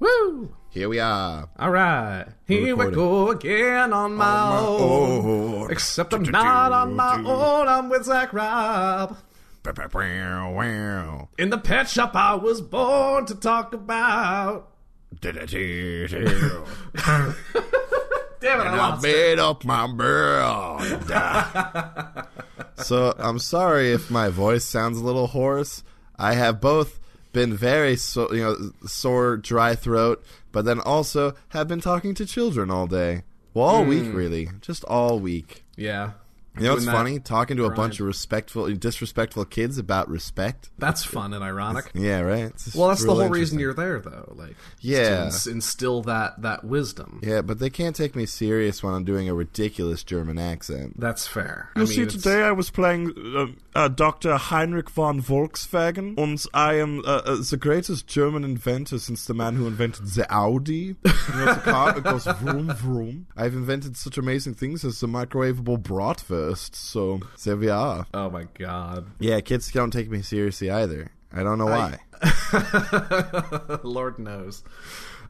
Woo! Here we are. All right, here we recording. go again on my, own. Except I'm not on my own. I'm with Zach Robb. Wow. In the pet shop I was born to talk about. and Damn it, I I lost it. made up my mind. so I'm sorry if my voice sounds a little hoarse. I have both been very so, you know sore, dry throat, but then also have been talking to children all day. Well, all week really, just all week. You Yeah, know, it's Hmm. Doing that funny talking to a bunch of respectful, disrespectful kids about respect. that's fun and ironic. Yeah, right. It's just Well, that's the real whole reason interesting. you're there, though. Like, is Yeah. to ins- instill that that wisdom. Yeah, but they can't take me serious when I'm doing a ridiculous German accent. That's fair. I You mean, see, it's- today I was playing uh, uh, Dr. Heinrich von Volkswagen, and I am uh, uh, the greatest German inventor since the man who invented the Audi. You know, the car that goes vroom vroom. I've invented such amazing things as the microwavable bratwurst, so there we are. Oh my god, Yeah, kids don't take me seriously either. I don't know why. Lord knows.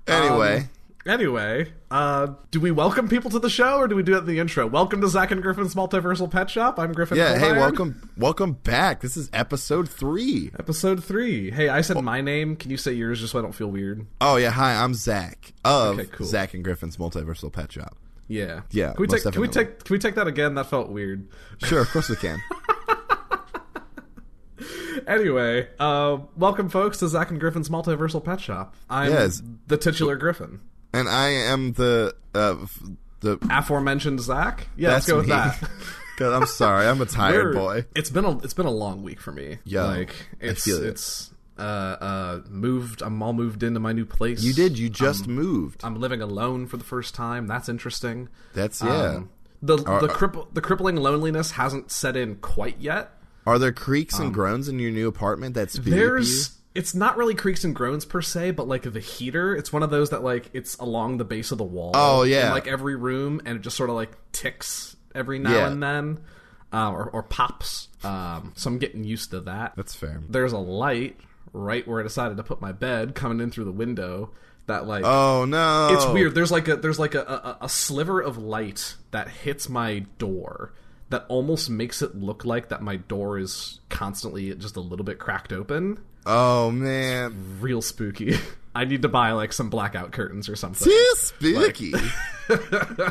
um, anyway, Anyway, uh, do we welcome people to the show or do we do it in the intro? Welcome to Zach and Griffin's Multiversal Pet Shop. I'm Griffin. yeah, hey, Coldiron. welcome welcome back. This is episode 3. Episode three. Hey, I said my name. Can you say yours just so I don't feel weird? Oh, yeah, hi, I'm Zach of Okay, cool. Zach and Griffin's Multiversal Pet Shop. Yeah. Yeah, Can we most take? Can we definitely. take? Can we take that again? That felt weird. Sure, of course we can. Anyway, uh, welcome folks to Zach and Griffin's Multiversal Pet Shop. I'm Yes. the titular Griffin. and I am the uh, f- the Aforementioned Zach. Yeah, let's That's go with me. that. God, I'm sorry, I'm a tired We're- boy. It's been a it's been a long week for me. Yeah, like I it's feel it. it's uh uh moved. I'm all moved into my new place. You did. You just moved. um, I'm living alone for the first time. That's interesting. That's yeah. Um, the Are- the cripple the crippling loneliness hasn't set in quite yet. Are there creaks and groans in your new apartment that speak? um, There's it's not really creaks and groans per se, but like the heater, it's one of those that like it's along the base of the wall. Oh, yeah. in, like every room, and it just sort of like ticks every now Yeah. and then, uh, or, or pops. Um, so I'm getting used to that. That's fair. There's a light right where I decided to put my bed coming in through the window. That like Oh no! it's weird. There's like a there's like a, a a sliver of light that hits my door that almost makes it look like that my door is constantly just a little bit cracked open. Oh man, Real spooky. I need to buy like some blackout curtains or something. this spooky.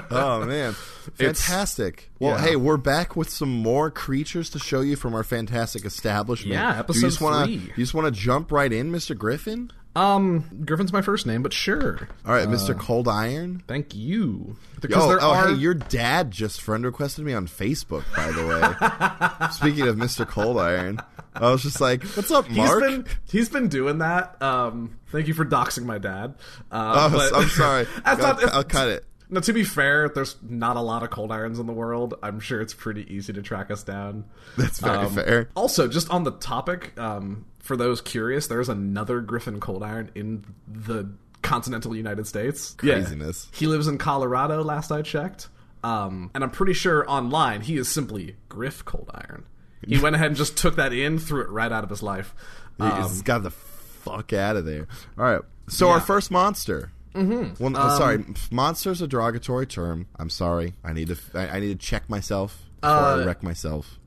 oh man, It's- fantastic! Well, yeah. hey, we're back with some more creatures to show you from our fantastic establishment. Yeah, Do you just episode wanna- three. You just want to jump right in, Mister Griffin? Um, Griffin's my first name, but sure. All right, Mister Uh, Cold Iron. Thank you. Because Oh, there oh are hey, your dad just friend requested me on Facebook, by the way. Speaking of Mr. Cold Iron, I was just like, what's up, He's Mark? been he's been doing that. Um, thank you for doxing my dad. Oh, Uh, but- I'm sorry. that's I'll, not, it's- I'll cut it. Now, to be fair, there's not a lot of cold irons in the world. I'm sure it's pretty easy to track us down. That's very Um, fair. Also, just on the topic, um, for those curious, there's another Griffin cold iron in the continental United States. Yeah. Craziness. He lives in Colorado, last I checked. Um, and I'm pretty sure online he is simply Griff Cold Iron. He went ahead and just took that in, threw it right out of his life. Um, He's got the fuck out of there. All right. So our first monster. Mm-hmm. Well, no, sorry. Um, Monster's a derogatory term. I'm sorry. I need to. f- I, I need to check myself before Uh, I wreck myself.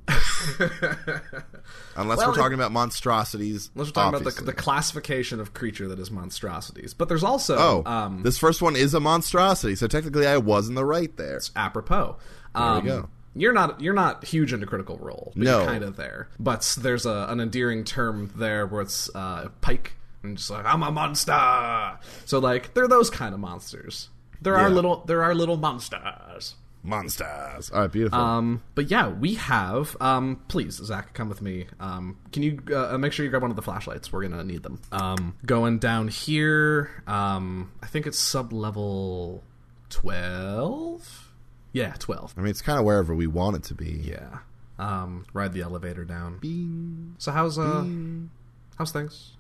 Unless Well, we're talking about monstrosities. Unless we're talking obviously. about the, the classification of creature that is monstrosities. But there's also Oh, um, this first one is a monstrosity, so technically I was in the right there. apropos. Um, go. You're not you're not huge into Critical Role. But No. you're kind of there. But there's a, an endearing term there where it's uh, Pike and just like I'm a monster. So like they're those kind of monsters. There are Yeah. little there are little monsters. Monsters. All right, beautiful. Um, but yeah, we have. Um, please, Zach, come with me. Um, can you uh, make sure you grab one of the flashlights? We're gonna need them. Um, going down here. Um, I think it's sub level twelve. Yeah, twelve. I mean, it's kind of wherever we want it to be. Yeah. Um, ride the elevator down. Bing, So how's uh, bing. how's things?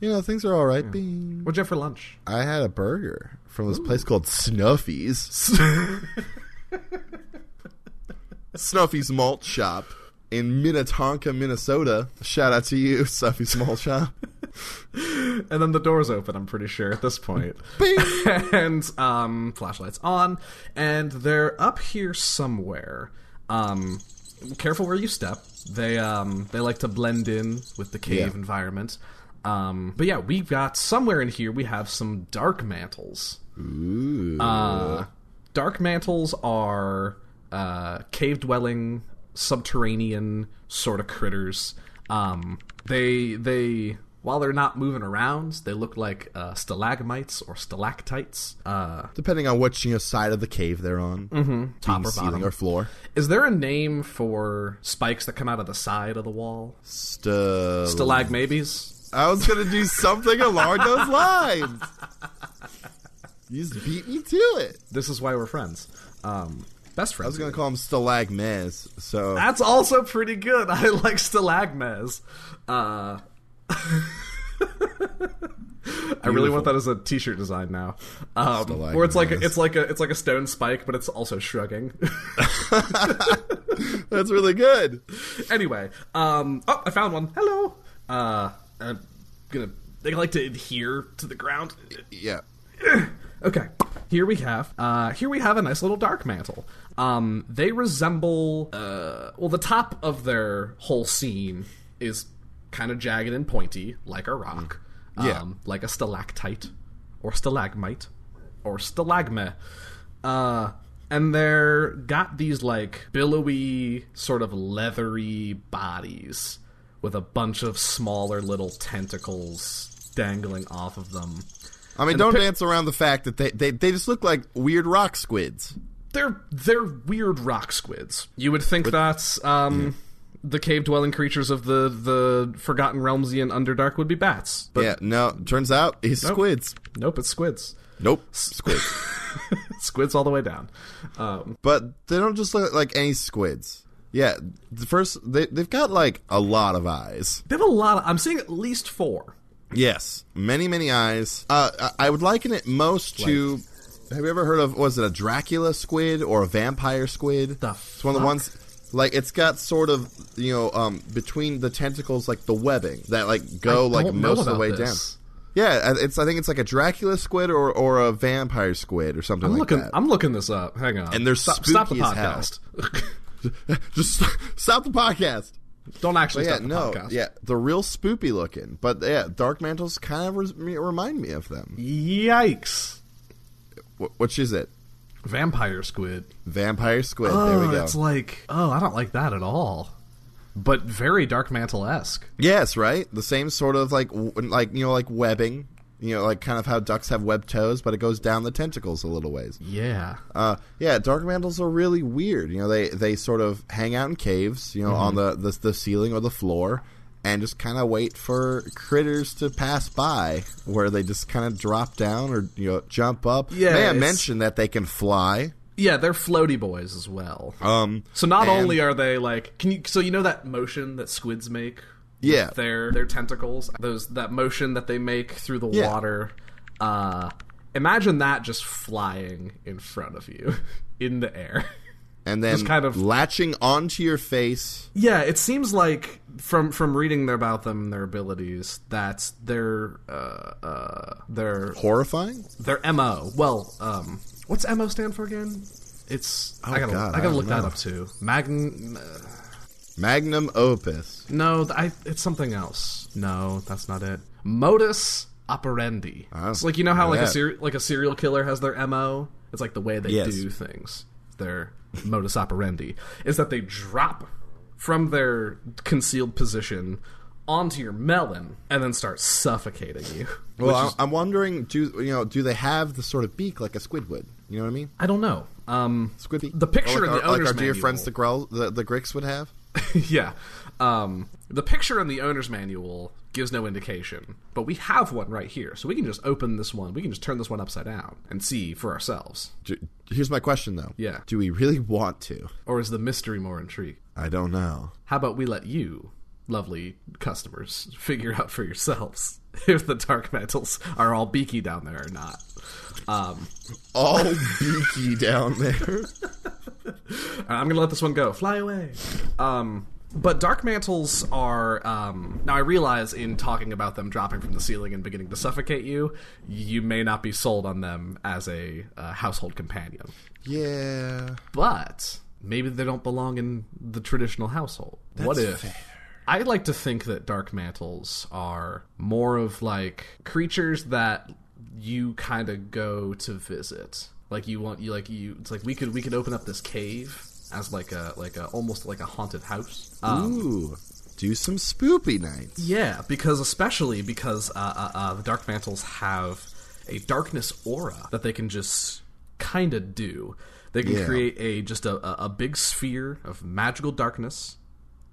You know, things are all right. Bing. What'd you have for lunch? I had a burger from this place called Snuffy's. Snuffy's Malt Shop in Minnetonka, Minnesota. Shout out to you, Snuffy's Malt Shop. And then the doors open. I'm pretty sure at this point. Bing. and um, flashlights on, and they're up here somewhere. Um, careful where you step. They um, they like to blend in with the cave Yeah. environment. Um, but yeah, we've got somewhere in here. We have some dark mantles. Ooh. Uh, dark mantles are uh, cave dwelling, subterranean sort of critters. Um, they they while they're not moving around, they look like uh, stalagmites or stalactites. Uh, Depending on which you know, side of the cave they're on, mm-hmm. Top or ceiling bottom. or floor. is there a name for spikes that come out of the side of the wall? St- Stalagmates. I was gonna do something along those lines. You just beat me to it. This is why we're friends. Um, best friends. I was gonna call him Stalagmes. So That's also pretty good. I like stalagmas. Uh, I really want that as a T-shirt design now, um, where it's like a, Stalagmas. it's like a it's like a stone spike, but it's also shrugging. that's really good. anyway, um, oh, I found one. Hello. Uh, I'm gonna. They like to adhere to the ground. Yeah. Okay, here we have uh, here we have a nice little dark mantle. Um, they resemble uh, well, the top of their whole scene is kind of jagged and pointy, like a rock, Yeah. um, like a stalactite or stalagmite or stalagma. Uh, and they're got these like billowy, sort of leathery bodies with a bunch of smaller little tentacles dangling off of them. I mean, don't dance around the fact that they, they they just look like weird rock squids. they're they're weird rock squids. You would think that um, the cave dwelling creatures of the the Forgotten Realmsian Underdark would be bats, but yeah. No. Turns out he's squids. nope, it's squids. Nope. Squids. squids all the way down. Um, but they don't just look like any squids. Yeah. The first they they've got like a lot of eyes. they have a lot. Of, I'm seeing at least four. Yes, many many eyes. Uh, I- I would liken it most to. Have you ever heard of was it a Dracula squid or a vampire squid? The it's one of the fuck? ones like it's got sort of you know um, between the tentacles like the webbing that like go I like don't know most of the about way this. down. Yeah, I- it's I think it's like a Dracula squid or, or a vampire squid or something I'm like looking. that. I'm looking this up. Hang on. And they're stop, stop the spooky as podcast. Just stop the podcast. Don't actually Yeah, stop the no, podcast. yeah, they're real spoopy looking, but yeah, dark mantles kind of res- me- remind me of them. Yikes! Wh- which is it? Vampire squid. Vampire squid. Oh, there we go. that's like oh, I don't like that at all. But very dark mantle esque. Yes, right. The same sort of like w- like you know like webbing. You know, like kind of how ducks have webbed toes, but it goes down the tentacles a little ways. Yeah. Uh, yeah, dark mantles are really weird. You know, they they sort of hang out in caves. You know, on Mm-hmm. the, the the ceiling or the floor, and just kind of wait for critters to pass by, where they just kind of drop down or you know jump up. Yeah, May I it's- mention that they can fly? Yeah, they're floaty boys as well. Um, so not and- only are they like, can you? So you know that motion that squids make. with Yeah. their their tentacles. Those that motion that they make through the Yeah. water. Uh, imagine that just flying in front of you in the air. and then Just kind of- latching onto your face. Yeah, it seems like from from reading about them, and their abilities, that their uh, uh, their Horrifying. their mo. Well, um, what's mo stand for again? It's I gotta God, I I gotta don't look that know. up too. Magn Magnum opus. No, th- I, it's something else. No, that's not it. Modus operandi. Oh, it's like you know how look like at a that. ser- like a serial killer has their mo. It's like the way they Yes. do things. Their modus operandi is that they drop from their concealed position onto your melon and then start suffocating you. Well, I, I'm wondering, do you know, do they have the sort of beak like a squid would? You know what I mean? I don't know. Um, Squid beak. The picture Or in like the our, like owner's our dear manual. friends the Grell, the, the Greeks would have. yeah. Um, the picture in the owner's manual gives no indication, but we have one right here, so we can just open this one. We can just turn this one upside down and see for ourselves. Do, here's my question though. Yeah. Do we really want to? Or is the mystery more intriguing? I don't know. How about we let you, lovely customers, figure out for yourselves if the dark metals are all beaky down there or not. Um, All beaky down there. I'm gonna let this one go. Fly away. Um, but dark mantles are um, now. I realize in talking about them dropping from the ceiling and beginning to suffocate you, you may not be sold on them as a uh, household companion. Yeah. But maybe they don't belong in the traditional household. what if? I like to think that dark mantles are more of like creatures that you kind of go to visit. Like you want you like you. It's like we could we could open up this cave as like a like a almost like a haunted house. Um, Ooh. Do some spoopy nights. yeah, because especially because uh, uh, uh, the Dark Mantles have a darkness aura that they can just kind of do. They can Yeah. create a just a, a- a big sphere of magical darkness.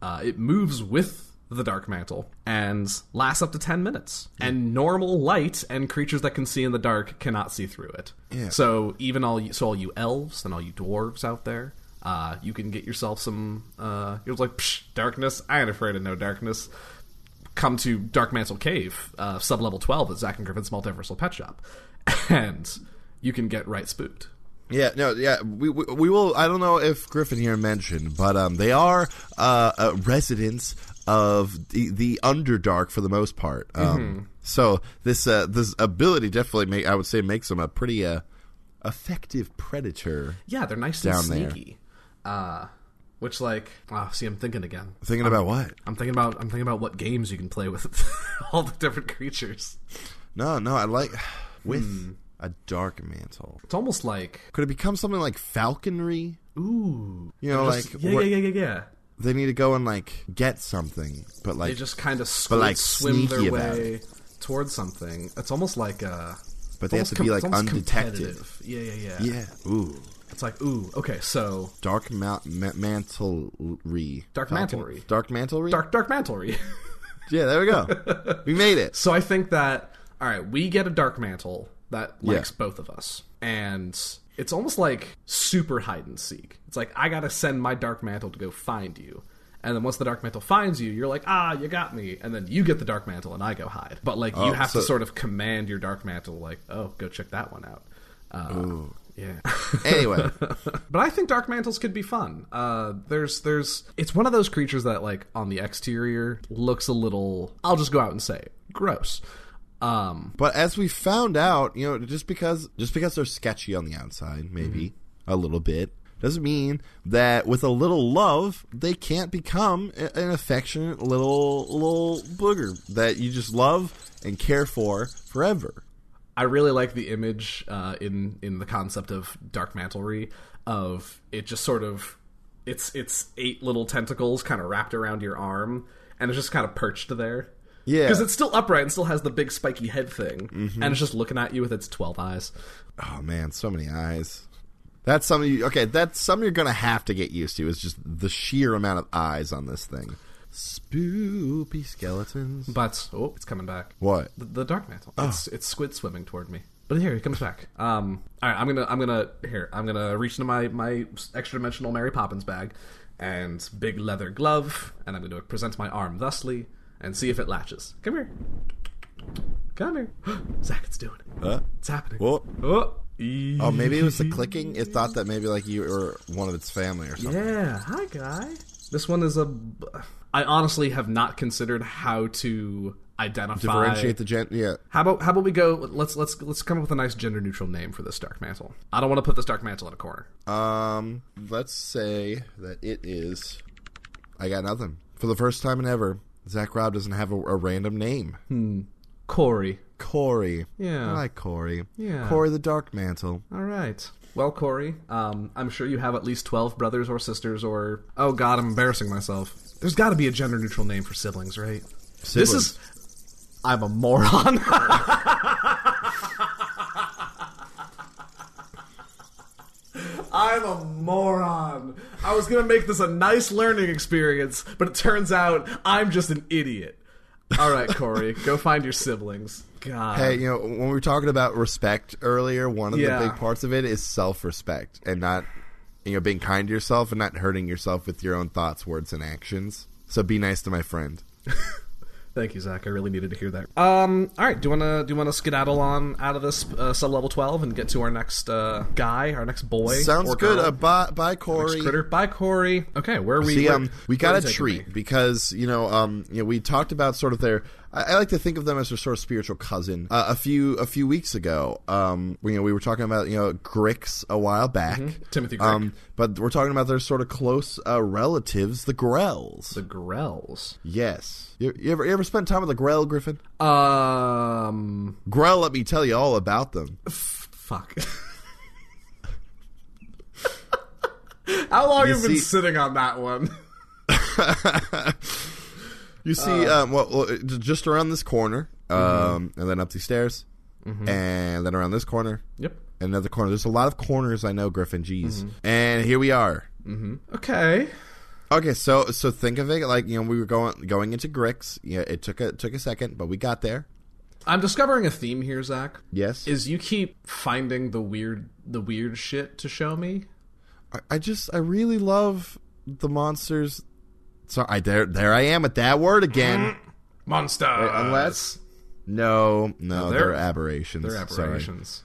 Uh, it moves with the Dark Mantle and lasts up to ten minutes. And normal light and creatures that can see in the dark cannot see through it. Yeah. So even all you, so all you elves and all you dwarves out there, uh, you can get yourself some. Uh, it was like Psh, darkness. I ain't afraid of no darkness. Come to Dark Mantle Cave, uh, sub level twelve at Zach and Griffin's Multiversal Pet Shop, and you can get right spooked. Yeah, no, yeah, we, we, we will. I don't know if Griffin here mentioned, but um, they are uh, uh, residents of the, the Underdark for the most part. Um, Mm-hmm. So this uh, this ability definitely, make, I would say, makes them a pretty uh, effective predator. Yeah, they're nice and Down there. sneaky. Uh, which like, oh, see, I'm thinking again. Thinking about what? I'm thinking about I'm thinking about what games you can play with all the different creatures. No, no, I like with Hmm. a dark mantle. It's almost like Could it become something like falconry? ooh, You know, just- like yeah, where yeah, yeah, yeah, yeah. they need to go and like get something, but they like just kind of but, squid, like, swim their sneaky about way towards something. It's almost like uh But they have almost to be, com- like, it's almost undetected. competitive. Yeah, yeah, yeah, yeah, ooh. It's like ooh, okay, so Dark ma- ma- mantlery. Dark Falcon- mantlery. Dark mantlery. dark dark mantlery. Yeah, there we go. we made it. so I think that all right, we get a dark mantle that Yeah. likes both of us, and it's almost like super hide and seek. It's like I gotta send my dark mantle to go find you. And then once the dark mantle finds you, you're like, ah, you got me. And then you get the dark mantle, and I go hide. But like, you Oh, have to so- sort of command your dark mantle, like, oh, go check that one out. Uh, Yeah. Anyway, But I think dark mantles could be fun. Uh, there's, there's, it's one of those creatures that, like, on the exterior looks a little. I'll just go out and say it, gross. Um, but as we found out, you know, just because just because they're sketchy on the outside, maybe Mm-hmm. a little bit, doesn't mean that with a little love they can't become a- an affectionate little little booger that you just love and care for forever. I really like the image uh, in in the concept of dark mantlery of it just sort of it's it's eight little tentacles kind of wrapped around your arm and it's just kind of perched there. Yeah. because it's still upright and still has the big spiky head thing, and it's just looking at you with its twelve eyes. Oh man, so many eyes. That's something. You, okay, that's something you're gonna have to get used to. Is just the sheer amount of eyes on this thing. Spoopy skeletons. But oh, it's coming back. What? The, the dark mantle. Oh. It's it's squid swimming toward me. But here he comes back. Um, all right, I'm gonna I'm gonna here I'm gonna reach into my my extra dimensional Mary Poppins bag and big leather glove, and I'm gonna present my arm thusly and see if it latches. Come here, come here, Zach. It's doing it. Huh? It's happening. What? Oh, Oh, maybe it was the clicking. It thought that maybe like you were one of its family or something. Yeah, hi guy. This one is a. I honestly have not considered how to identify Differentiate the gen. Yeah. How about how about we go? Let's let's let's come up with a nice gender neutral name for this dark mantle. I don't want to put this dark mantle in a corner. Um. Let's say that it is. I got nothing. For the first time in ever, Zach Robb doesn't have a, a random name. Corey. Corey. Yeah. I like Corey. Yeah. Corey the Dark Mantle. All right. Well, Corey, um, I'm sure you have at least twelve brothers or sisters, or oh god, I'm embarrassing myself. There's got to be a gender neutral name for siblings, right? This is. I'm a moron. I'm a moron. I was gonna make this a nice learning experience, but it turns out I'm just an idiot. All right, Corey, go find your siblings. God. Hey, you know, when we were talking about respect earlier, one of Yeah. the big parts of it is self-respect and not, you know, being kind to yourself and not hurting yourself with your own thoughts, words, and actions. So be nice to my friend. Thank you, Zach. I really needed to hear that. Um, all right, do you wanna do you wanna skedaddle on out of this uh, sub level twelve and get to our next uh, guy, our next boy? Sounds or good. girl, Uh, bye, bye, next Corey. critter. Bye, Corey. Okay, where are we? See, where- um, we where are got you a taking treat me? because you know, um, you know, we talked about sort of their. I, I like to think of them as their sort of spiritual cousin. Uh, a few a few weeks ago, um, we, you know, we were talking about you know Grix a while back, Timothy Grick. um, but we're talking about their sort of close uh, relatives, the Grells. the Grells. yes, you, you ever you ever spent time with the Grell Griffin? Um, Grell, let me tell you all about them. fuck. How long have you been see- sitting on that one? You see, um, well, well, it- just around this corner, um, and then up the stairs, and then around this corner, Yep. another corner. There's a lot of corners I know, Griffin. Geez, and here we are. Okay. Okay, so so think of it like you know we were going going into Grix. Yeah, it took a took a second, but we got there. I'm discovering a theme here, Zach. Yes, Is you keep finding the weird, the weird shit to show me. I, I just I really love the monsters. So I there there I am with that word again. Monster. unless- No, no, they're- they're, aberrations. they're Sorry. aberrations.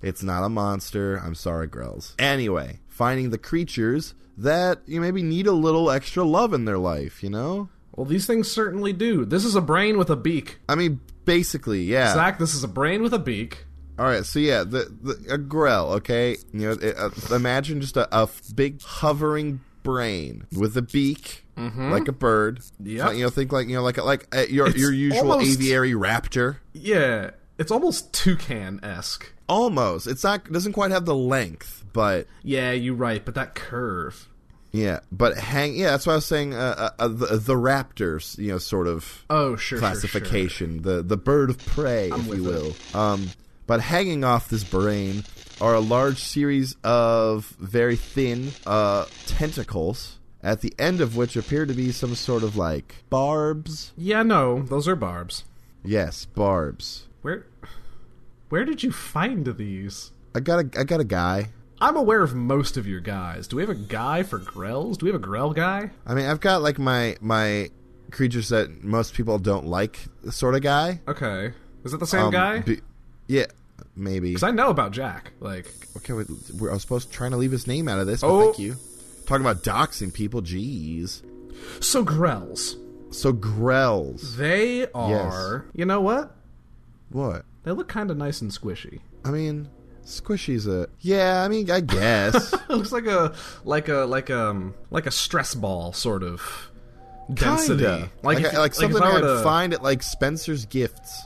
It's not a monster. I'm sorry, Grells. Anyway, finding the creatures that you maybe need a little extra love in their life. You know, Well, these things certainly do. This is a brain with a beak, I mean, basically, yeah. Zach. This is a brain with a beak. All right, so yeah, the, the a grell, okay? You know, it, uh, imagine just a, a f- big hovering brain with a beak, like a bird. Mm-hmm. Yep. So, you know, think like you know, like like uh, your your usual almost- aviary raptor. Yeah, it's almost toucan esque. Almost, it's not it doesn't quite have the length, but Yeah, you're right, but that curve. yeah, but hang. Yeah, that's why I was saying uh, uh, uh, the, the raptors, you know, sort of Oh, sure. sure, sure. classification, the the bird of prey, if you with will. Um, but hanging off this brain are a large series of very thin uh, tentacles, at the end of which appear to be some sort of like barbs. Yeah, no, those are barbs. Yes, barbs. Where Where did you find these? I got a I got a guy. I'm aware of most of your guys. Do we have a guy for grells? Do we have a grell guy? I mean, I've got like my my creatures that most people don't like sort of guy. Okay. Is that the same Um, guy? be- yeah, maybe. Cuz I know about Jack. Like Okay, wait, we- I was supposed to trying to leave his name out of this. But Oh. thank you. Talking about doxing people, jeez. so grells. So Grells, They are. You know what? what? They look kind of nice and squishy. I mean, Squishy's a yeah. I mean, I guess It looks like a like a like um like a stress ball sort of density. Kinda. Like like if like, you- if something I I were would to- find at like Spencer's Gifts.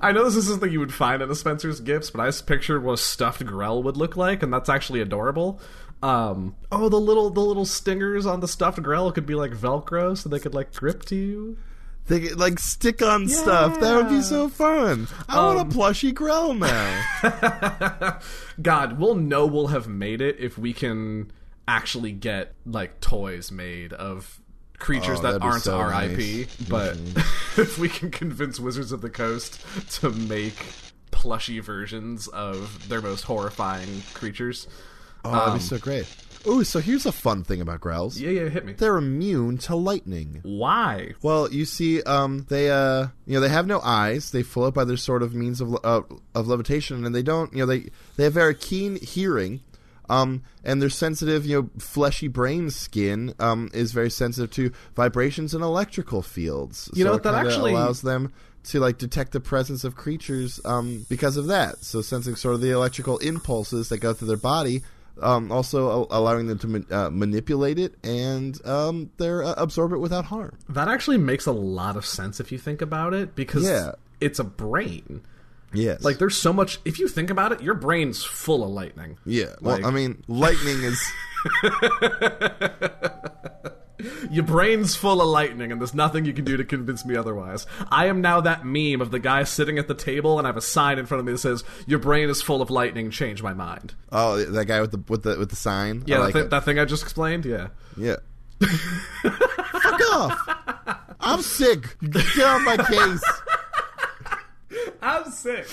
I know this isn't something you would find at a Spencer's Gifts, but I just pictured what a stuffed Grell would look like, and that's actually adorable. Um, oh, the little the little stingers on the stuffed Grell could be like Velcro, so they could like grip to you. They get, like stick on stuff. That would be so fun. I Um. want a plushy Grell now. God, we'll know we'll have made it if we can actually get like toys made of creatures Oh, that that'd be aren't so RIP. nice. Mm-hmm. But if we can convince Wizards of the Coast to make plushy versions of their most horrifying creatures, oh, that'd be so great. Ooh, so here's a fun thing about Grells. Um. yeah, yeah, hit me. They're immune to lightning. Why? Well, you see, um, they uh, you know, they have no eyes. They float by their sort of means of uh, of levitation, and they don't, you know, they they have very keen hearing, um, and their sensitive, you know, fleshy brain skin, um, is very sensitive to vibrations and electrical fields. You know So what, it that kinda actually- allows them to like detect the presence of creatures, um, because of that. So sensing sort of the electrical impulses that go through their body. Um, also a- allowing them to ma- uh, manipulate it and um, they're uh, absorb it without harm. That actually makes a lot of sense if you think about it because Yeah. it's a brain. Yes. Like there's so much. If you think about it, your brain's full of lightning. yeah. Well, like- I mean, lightning is. Your brain's full of lightning, and there's nothing you can do to convince me otherwise. I am now that meme of the guy sitting at the table, and I have a sign in front of me that says, "Your brain is full of lightning. Change my mind." Oh, that guy with the with the with the sign. I Yeah, like that, thi- it. that thing I just explained. Yeah. Yeah. Fuck off. I'm sick. Get on my case. I'm sick.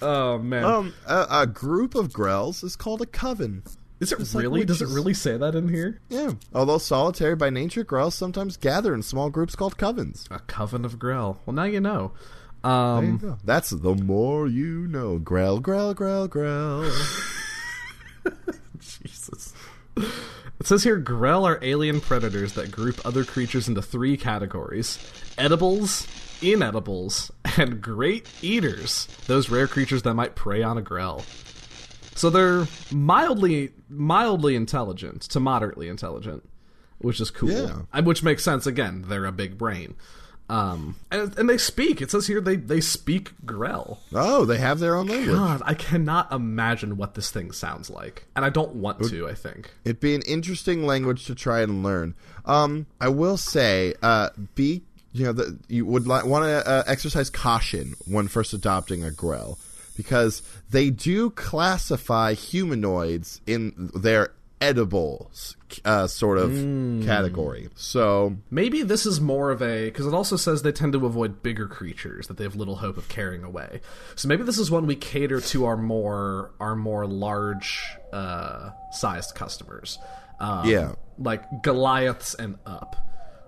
Oh man, Um, a, a group of grells is called a coven. is it like really? does it witches. really say that in here? Yeah. Although solitary by nature, grells sometimes gather in small groups called covens. A coven of Grell. Well, now you know. There Um, you go. That's the more you know. Grell, grell, grell, grell. Jesus. It says here Grell are alien predators that group other creatures into three categories edibles, inedibles, and great eaters. Those rare creatures that might prey on a Grell. So they're mildly mildly intelligent to moderately intelligent, which is cool. Yeah. And which makes sense again, they're a big brain. Um, and, and they speak. It says here they, they speak Grell. oh, they have their own language. God, I cannot imagine what this thing sounds like. And I don't want to, I think. It'd be an interesting language to try and learn. Um, I will say, uh, be you know the, you would li- want to uh, exercise caution when first adopting a grell because they do classify humanoids in their edibles uh, sort of Hmm. category. So Maybe this is more of a because it also says they tend to avoid bigger creatures that they have little hope of carrying away. So maybe this is one we cater to our more our more large uh, sized customers. Um, Yeah. like Goliaths and up,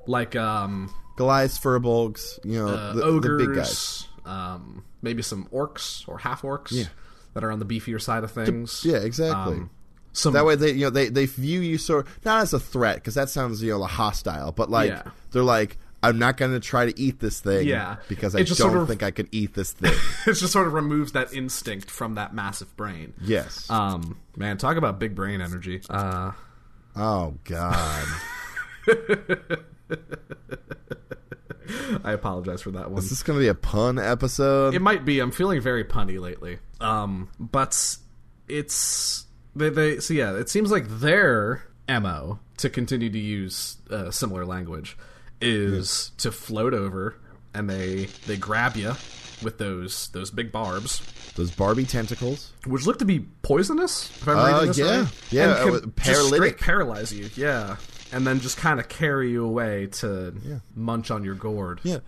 like um, Goliaths, Furbolgs, you know uh, the, ogres, the big guys. Um, maybe some orcs or half orcs that are on the beefier side of things. Yeah, exactly. Um, some That way, they you know they, they view you sort not as a threat because that sounds you know hostile, but like Yeah. they're like I'm not going to try to eat this thing, Yeah. because It I don't just sort of- think I could eat this thing. it just sort of removes that instinct from that massive brain. yes. Um, man, talk about big brain energy. Uh, oh God, I apologize for that one. is this going to be a pun episode? It might be. I'm feeling very punny lately. Um, but it's they they so yeah. It seems like their mo to continue to use uh, similar language is to float over and they they grab you with those those big barbs, Those Barbie tentacles. which look to be poisonous. If I'm Uh, reading this yeah. right. Yeah, and uh, can just paralytic. straight paralyze you. Yeah. And then just kind of carry you away to munch on your gourd. Yeah.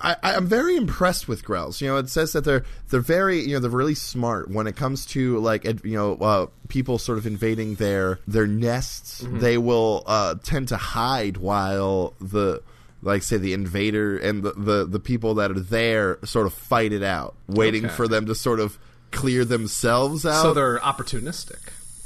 I, I- I'm very impressed with growls. You know, it says that they're they're very you know they're really smart when it comes to like ad- you know uh, people sort of invading their their nests. Mm-hmm. They will uh, tend to hide while the like say the invader and the, the the people that are there sort of fight it out, waiting Okay. for them to sort of clear themselves out. So they're opportunistic.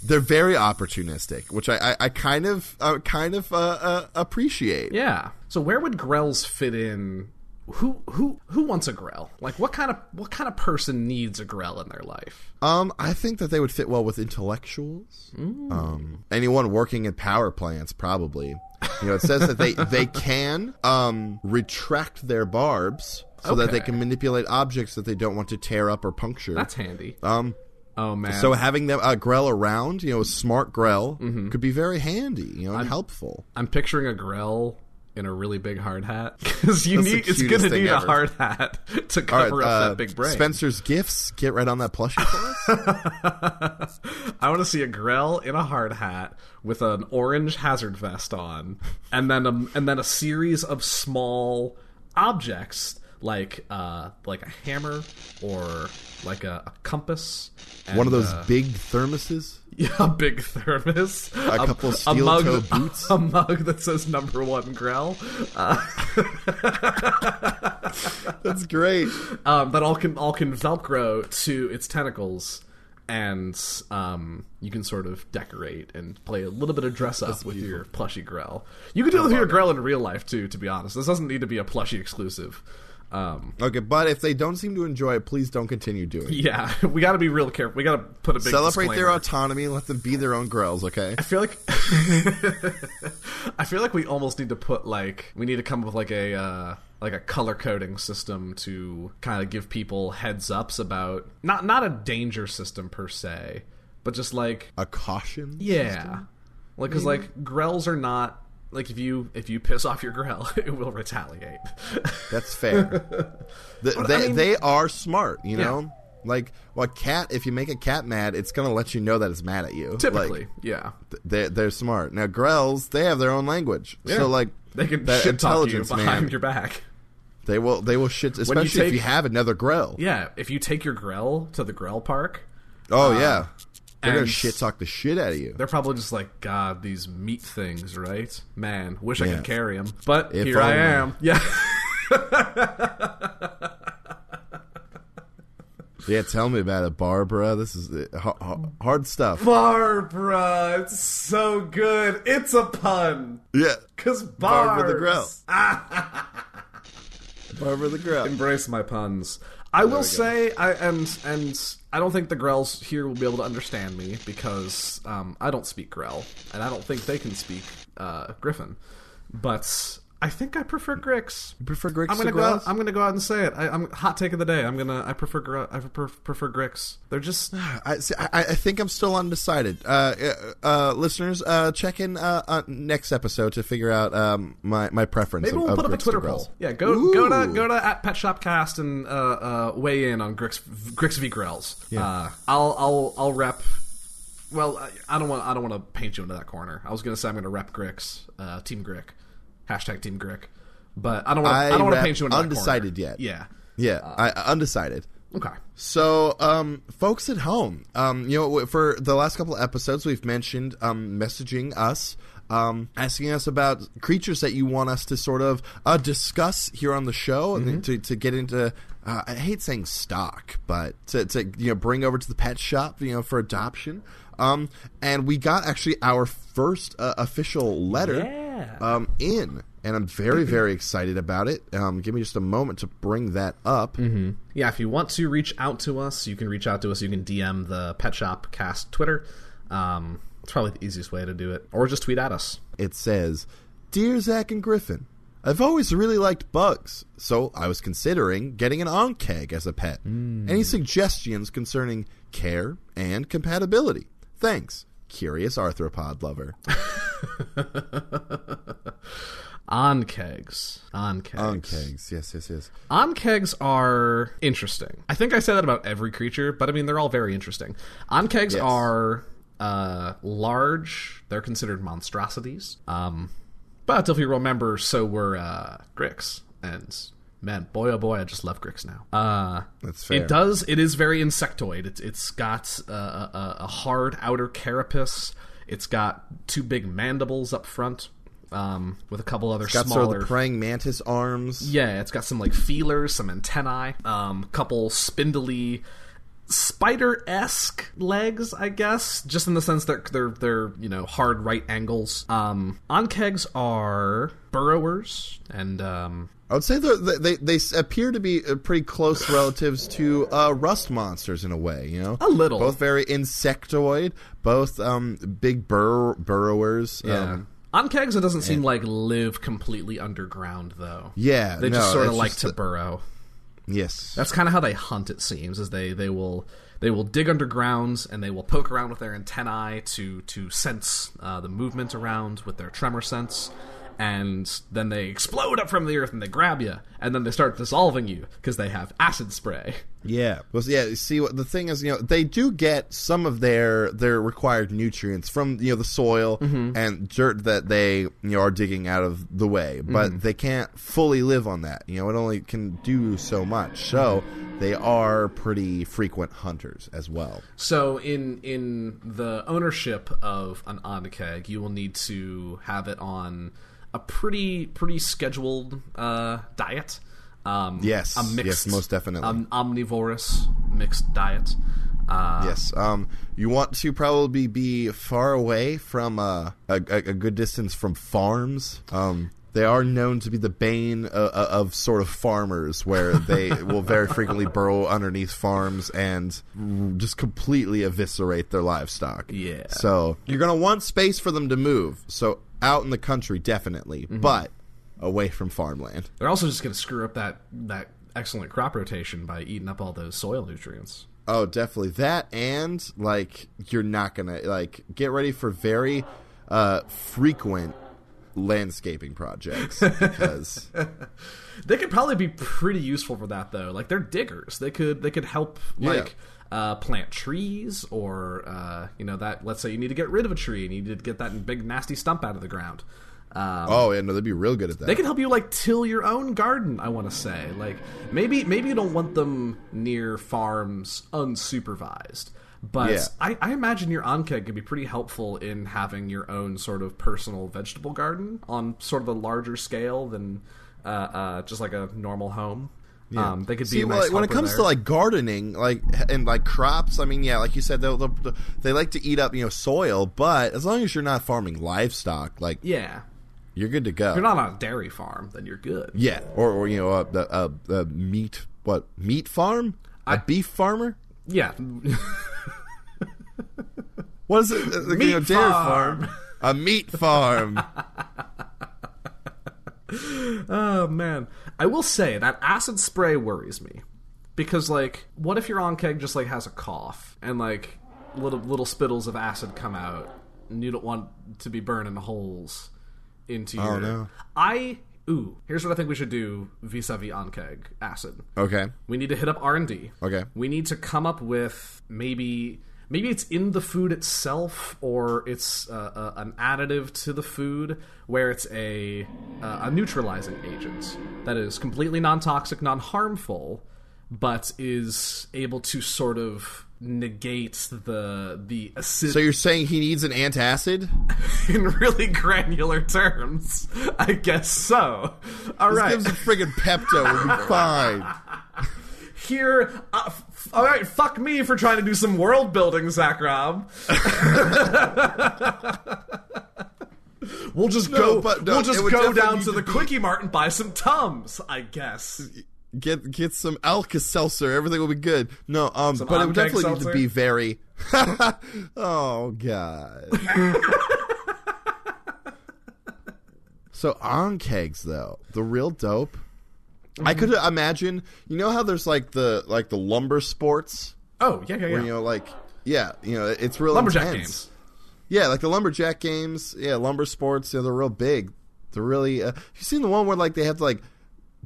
They're very opportunistic, which I I, I kind of uh, kind of uh, uh, appreciate. Yeah. So where would Grells fit in? Who who who wants a Grell? Like what kind of what kind of person needs a Grell in their life? Um, I think that they would fit well with intellectuals. Mm. Um, anyone working in power plants, probably. You know, it says that they they can um retract their barbs so that they Okay. can manipulate objects that they don't want to tear up or puncture. That's handy. um, Oh man. so having them a grell around, you know, a smart grell could be very handy, you know, and helpful. Mm-hmm. I'm picturing a Grell in a really big hard hat because you That's the need it's cutest gonna thing need a ever. hard hat to All right, cover up uh, that big brain. Spencer's gifts. Get right on that plushie for us. I want to see a Grell in a hard hat with an orange hazard vest on, and then a, and then a series of small objects like uh, like a hammer or like a, a compass. and, One of those uh, big thermoses. yeah, a big thermos, a, couple a steel mug, toe boots. a mug that says number one Grell. Uh, That's great. um, that all can all can velcro to its tentacles. And um, you can sort of decorate and play a little bit of dress up with your plushy Grell. You can do it with your Grell in real life too. To be honest, this doesn't need to be a plushy exclusive. Um, Okay, but if they don't seem to enjoy it, please don't continue doing it. yeah, we got to be real careful. We got to put a big Celebrate disclaimer. their autonomy. Let them be their own girls. Okay. I feel like I feel like we almost need to put like we need to come up with like a uh, like a color coding system to kind of give people heads ups about not not a danger system per se, but just like A caution? yeah, like because like grells are not like if you if you piss off your grell, it will retaliate. That's fair. The- they, mean- they are smart, you Yeah. know? Like, well, a cat, if you make a cat mad, it's going to let you know that it's mad at you. Like, Typically, yeah, th- they're, they're smart. Now, Grells, they have their own language. Yeah. So, like, they can that shit talk you intelligence, behind man. your back. they will they will shit, especially if take- you have another Grell. Yeah, if you take your grell to the grell park, Oh, yeah. They're going Uh, to and- shit talk the shit out of you. They're probably just like, God, these meat things, right? Man, wish I Yeah. could carry them. But If here I only. am. Yeah. Yeah, tell me about it, Barbara. This is uh, ha- ha- hard stuff. Barbara, it's so good. It's a pun. Yeah. Because Barbara the barbs. Barbara the Grell. Embrace my puns. I will say, I and and I don't think the Grells here will be able to understand me because um, I don't speak Grell, and I don't think they can speak uh, Griffin. But I think I prefer Grix. You prefer Grix I'm gonna to go. Out, Grells? I'm gonna go out and say it. I, I'm hot take of the day. I'm gonna. I prefer. Gre- I prefer, prefer Grix. They're just. I, see, I, I think I'm still undecided. Uh, uh, uh, listeners, uh, check in uh, uh, next episode to figure out um, my, my preference. Maybe of, we'll of put up a Grix to Twitter Grells. poll. Yeah, go go to Ooh. go to at Pet Shop Cast and uh, uh, weigh in on Grix Grix v Grells. Uh, I'll I'll I'll rep. Well, I- I don't want I don't want to paint you into that corner. I was going to say I'm going to rep Grix, uh, Team Grick, hashtag Team Grick, but I don't want I, I don't want to rep paint you into undecided that corner. yet. Yeah, I, I- undecided. Yeah. Okay. So, um, folks at home, um, you know, w- for the last couple of episodes, we've mentioned um, messaging us, um, asking us about creatures that you want us to sort of uh, discuss here on the show, and to, to get into. Uh, I hate saying stock, but to, to you know bring over to the pet shop, you know, for adoption. Um, and we got actually our first uh, official letter um, in, and I'm very very excited about it. Um, give me just a moment to bring that up. Yeah, if you want to reach out to us, you can reach out to us. You can DM the Pet Shop Cast Twitter. Um, it's probably the easiest way to do it, or just tweet at us. it says, Dear Zach and Griffin, I've always really liked bugs, so I was considering getting an Onkeg as a pet. Hmm. Any suggestions concerning care and compatibility? Thanks. Curious arthropod lover. On kegs. On kegs. Onkegs, yes, yes, yes. On kegs are interesting. I think I say that about every creature, but I mean they're all very interesting. On kegs Yes. are uh, large. They're considered monstrosities. Um, but if you remember, so were uh, Grix. And man, boy oh boy, I just love Grix now. Uh, That's fair. It does. It is very insectoid. It's it's got a, a, a hard outer carapace. It's got two big mandibles up front, um, with a couple other Got smaller sort of the praying mantis arms. yeah, it's got some like feelers, some antennae, um, couple spindly spider esque legs, I guess. Just in the sense that they're they're you know hard right angles. Um, onkegs are burrowers and um, I would say they're- they, they, they s- appear to be uh, pretty close relatives to uh, rust monsters in a way, you know? a little Both very insectoid, both um, big burr- burrowers. Yeah. Um, onkegs, it doesn't seem like live completely underground though. yeah. They no, just sort of it's like just to the- burrow. Yes. That's kind of how they hunt. It seems is they they will they will dig underground and they will poke around with their antennae to to sense uh, the movement around with their tremor sense, and then they explode up from the earth and they grab you and then they start dissolving you because they have acid spray. Yeah. Well, yeah. you See, what the thing is, you know, they do get some of their their required nutrients from you know the soil Mm-hmm. and dirt that they you know are digging out of the way, but Mm-hmm. they can't fully live on that. You know, it only can do so much. So they are pretty frequent hunters as well. So in in the ownership of an onkeg, you will need to have it on a pretty pretty scheduled uh, diet. Um, Yes, a yes, mixed, most definitely. an omnivorous mixed diet. Uh, Yes. Um. You want to probably be far away from uh, a, a a good distance from farms. Um. They are known to be the bane of, of sort of farmers, where they will very frequently burrow underneath farms and just completely eviscerate their livestock. Yeah. Mm-hmm. So you're gonna want space for them to move. So out in the country, definitely, but away from farmland. They're also just going to screw up that that excellent crop rotation by eating up all those soil nutrients. Oh, definitely that, and like you're not gonna like get ready for very uh, frequent landscaping projects because They could probably be pretty useful for that though. Like they're diggers. They could they could help Yeah. like uh, plant trees or uh, you know that let's say you need to get rid of a tree and you need to get that big nasty stump out of the ground. Um, oh yeah, no, they'd be real good at that. They can help you like till your own garden. I want to say like maybe maybe you don't want them near farms unsupervised, but Yeah. I, I imagine your onkeg could be pretty helpful in having your own sort of personal vegetable garden on sort of a larger scale than uh, uh, just like a normal home. Um, they could be See, a well, nice like, when it helper comes there. to like gardening, like and like crops, I mean, yeah, like you said, they'll, they'll, they like to eat up you know soil, but as long as you're not farming livestock, like yeah, you're good to go. if you're not on a dairy farm, then you're good. yeah, or, or you know a, a, a, a meat what meat farm, A beef farmer. Yeah, What is it? Uh, like, you know, Meat dairy farm. A meat farm. Oh man, I will say that acid spray worries me because like, what if your onkeg just like has a cough and like little little spittles of acid come out, and you don't want to be burning holes into your. no. I ooh, here's what I think we should do vis-a-vis onkeg acid. okay. We need to hit up R and D. Okay. We need to come up with maybe maybe it's in the food itself, or it's uh, uh, an additive to the food where it's a uh, a neutralizing agent that is completely non toxic, non harmful, but is able to sort of negate the the acid So you're saying he needs an antacid? in really granular terms. I guess so. All Just right. Give him some friggin' Pepto. We'll be fine. here. Uh, f- all right, fuck me for trying to do some world building, Zakram. we'll just go. but no, we'll it just would go definitely down need to to the be- quickie mart and buy some tums, I guess. Get get some Alka Seltzer. Everything will be good. No, um, but it would Alka definitely Seltzer? need to be very. oh god. so on kegs though, the real dope. I could imagine. You know how there's like the like the lumber sports Oh yeah, yeah, yeah. where you know like yeah you know it's real Lumberjack intense. games. Yeah, like the lumberjack games. Yeah, lumber sports. You know, they're real big. They're really. Uh, you seen the one where like they have to like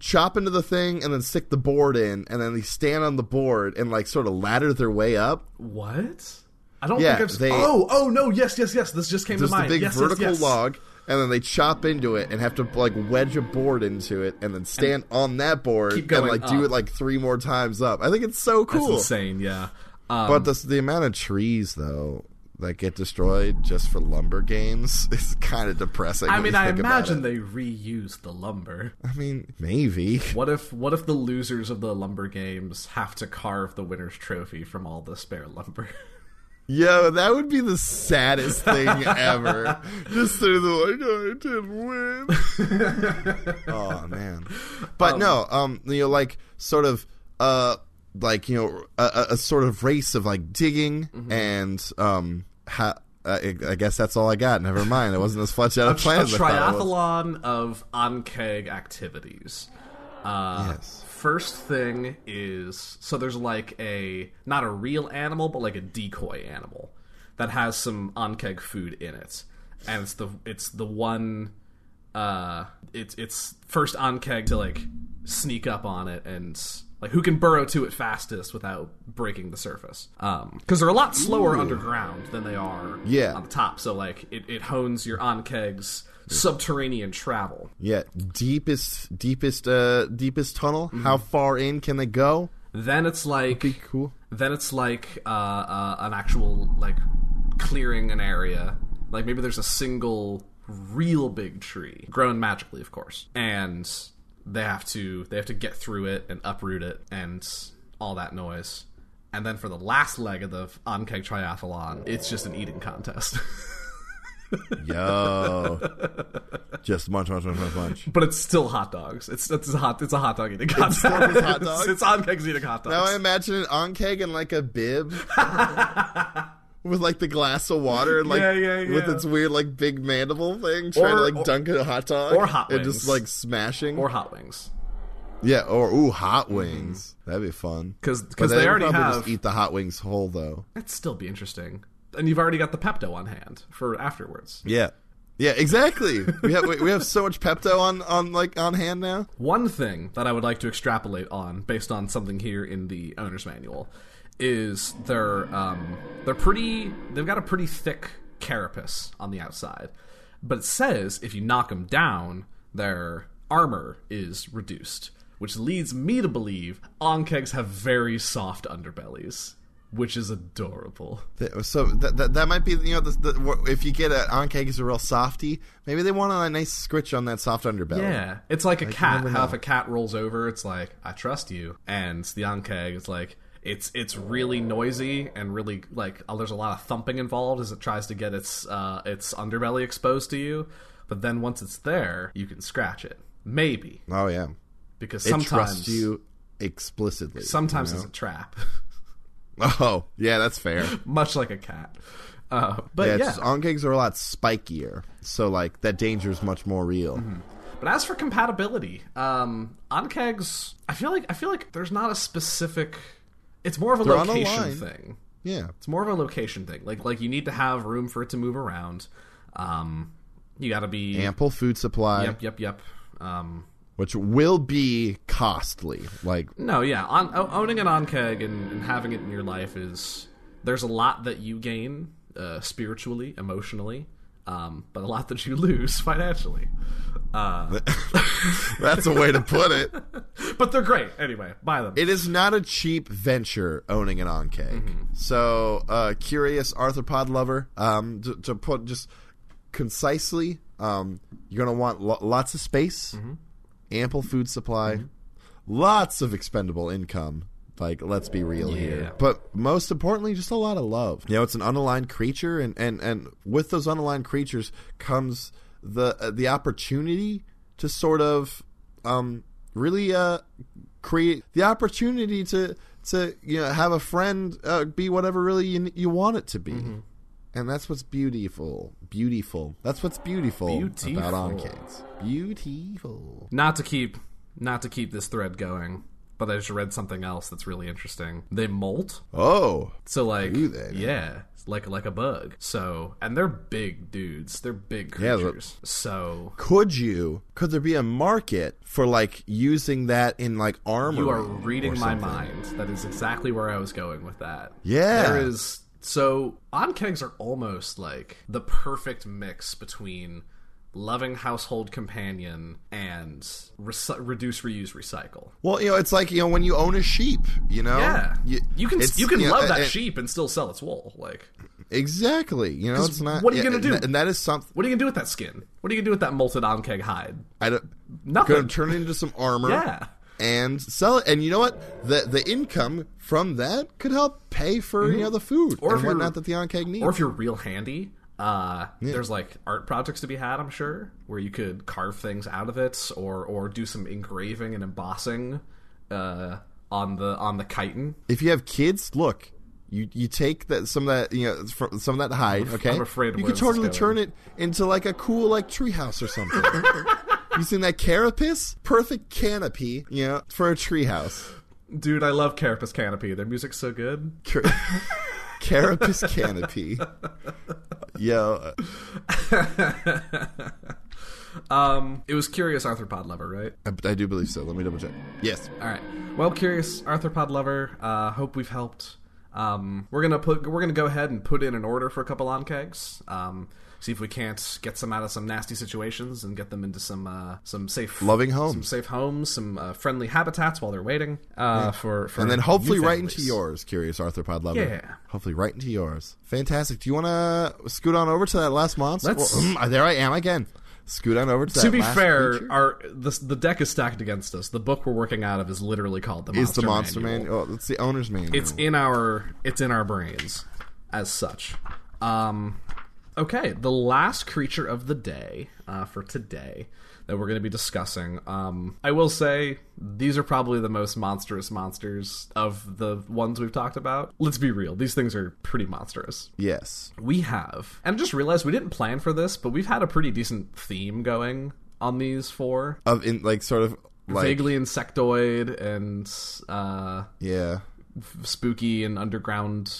chop into the thing and then stick the board in, and then they stand on the board and like sort of ladder their way up. What? I don't Yeah, think I've. s- they- oh, oh no! Yes, yes, yes. This just came There's to the mind. big yes, yes, vertical yes. log, and then they chop into it and have to like wedge a board into it, and then stand on that board keep and going like do up. it like three more times up. I think it's so That's cool. insane. Yeah. Um, But the the amount of trees though that get destroyed just for lumber games is kind of depressing. I when mean, you I think about it. imagine they reuse the lumber. I mean, maybe. What if what if the losers of the lumber games have to carve the winner's trophy from all the spare lumber? Yo, that would be the saddest thing ever. Just through the like, "Oh, I didn't win. oh man, but no, um, you know, like sort of, uh, like you know, a, a, a sort of race of like digging Mm-hmm. and um, ha- I, I guess that's all I got. Never mind, it wasn't as fletched out a a plan as I thought it was. triathlon of on keg activities. Uh, Yes. First thing is so there's like a not a real animal but like a decoy animal that has some on keg food in it, and it's the it's the one uh it's it's first on keg to like sneak up on it and like who can burrow to it fastest without breaking the surface um because they're a lot slower underground than they are Yeah. on the top so like it, it hones your on kegs subterranean travel Yeah, deepest, deepest, uh, deepest tunnel. Mm-hmm. How far in can they go? then it's like Cool. then it's like uh, uh an actual like clearing an area like maybe there's a single real big tree grown magically of course and they have to they have to get through it and uproot it and all that noise and then for the last leg of the on keg triathlon it's just an eating contest Yo, just munch, munch, munch, munch, munch. but it's still hot dogs it's it's a hot it's a hot dog eating contest still just hot dogs? it's, on kegs eating hot dogs Now I imagine an on keg and like a bib. with like the glass of water and like Yeah, yeah, with yeah. its weird like big mandible thing trying Or- to like or- dunk a hot dog or hot and wings. just like smashing or hot wings yeah or ooh hot wings that'd be fun because But they they'd already probably have. just eat the hot wings whole though That'd still be interesting, and you've already got the Pepto on hand for afterwards. yeah yeah exactly we have we, we have so much Pepto on on like on hand now One thing that I would like to extrapolate on, based on something here in the owner's manual, is they're um, they're pretty. They've got a pretty thick carapace on the outside, but it says if you knock them down, their armor is reduced, which leads me to believe onkegs have very soft underbellies, which is adorable. Th- So that, that that might be you know the, the, if you get an oncake is a real softy maybe they want a nice scritch on that soft underbelly Yeah, it's like a cat. never How know. if a cat rolls over, it's like I trust you, and the onkeg is like it's it's really noisy and really like oh, there's a lot of thumping involved as it tries to get its uh, its underbelly exposed to you. But then once it's there, you can scratch it, maybe oh yeah because it trusts sometimes you explicitly sometimes it's a trap, oh yeah that's fair much like a cat. Uh, but Yeah, yeah, it's just on gigs are a lot spikier, so like that danger is much more real. Mm-hmm. But as for compatibility, um, on kegs, I feel like I feel like there's not a specific. It's more of a on a location line. thing. Yeah, It's more of a location thing. Like like you need to have room for it to move around. Um, you got to be ample food supply, yep yep yep. Um, which will be costly. Like no, yeah, on, o- owning an on keg and, and having it in your life is there's a lot that you gain uh, spiritually, emotionally, um, but a lot that you lose financially. Uh, that's a way to put it. but they're great anyway. Buy them. It is not a cheap venture owning an on cake. So, uh, curious arthropod lover, um, to, to put just concisely, um, you're gonna want lo- lots of space, ample food supply, Mm-hmm. lots of expendable income. Like, let's be real Yeah. here. But most importantly, just a lot of love. You know, it's an unaligned creature, and and and with those unaligned creatures comes the uh, the opportunity to sort of um, really uh, create the opportunity to to you know have a friend uh, be whatever really you, you want it to be. Mm-hmm. And that's what's beautiful. Beautiful. That's what's beautiful, about Beautiful. Onkids. Beautiful. not to keep not to keep this thread going, but I just read something else that's really interesting. They molt. Oh, So like Do they? yeah, it's like like a bug. So and they're big dudes. They're big Yeah, but- creatures. so could you could there be a market for like using that in like armor you are reading my mind. That is exactly where I was going with that. Yeah. There is so on kegs are almost like the perfect mix between loving household companion and recy- reduce reuse recycle. well you know it's like you know when you own a sheep you know Yeah. You, can it's- you can know, uh, love that and- sheep and still sell its wool. Like exactly you know it's not what are you yeah, gonna and do? tha- and that is something what are you going to do with that skin? What are you going to do with that molted on keg hide? i don't Nothing. gonna turn it into some armor Yeah. and sell it and you know what the the income from that could help pay for you know the food Mm-hmm. Or if and you're- whatnot that the oncag needs or if you're real handy uh, there's like art projects to be had i'm sure where you could carve things out of it or or do some engraving and embossing uh, on the on the chitin if you have kids, look, you you take that some of that you know fr- some of that hide. Okay, I'm afraid of you where could this is totally going. turn it into like a cool like treehouse or something. Using that carapace, perfect canopy, you know, for a treehouse. dude i love carapace canopy their music's so good Car- carapace canopy. Yo, um it was curious arthropod lover right I, I do believe so. Let me double check. Yes, all right well curious arthropod lover uh hope we've helped um we're gonna put we're gonna go ahead and put in an order for a couple on kegs um see if we can't get some out of some nasty situations and get them into some uh some safe loving some homes, safe homes, some uh, friendly habitats while they're waiting uh, for, for and then hopefully new right families. into yours, curious arthropod lover. Yeah. Hopefully right into yours. Fantastic. Do you want to scoot on over to that last monster? Let's- Well, mm, there I am again. Scoot on over to, that To be last fair, creature. our the, the deck is stacked against us. The book we're working out of is literally called the Monster is the monster Manual. manual. Oh, it's the owner's manual. It's in our it's in our brains, as such. Um, okay, the last creature of the day uh, for today that we're going to be discussing. Um, I will say these are probably the most monstrous monsters of the ones we've talked about. Let's be real; these things are pretty monstrous. Yes. We have, and I just realized we didn't plan for this, but we've had a pretty decent theme going on these four. Of in like sort of like Vaguely insectoid and uh, yeah. spooky and underground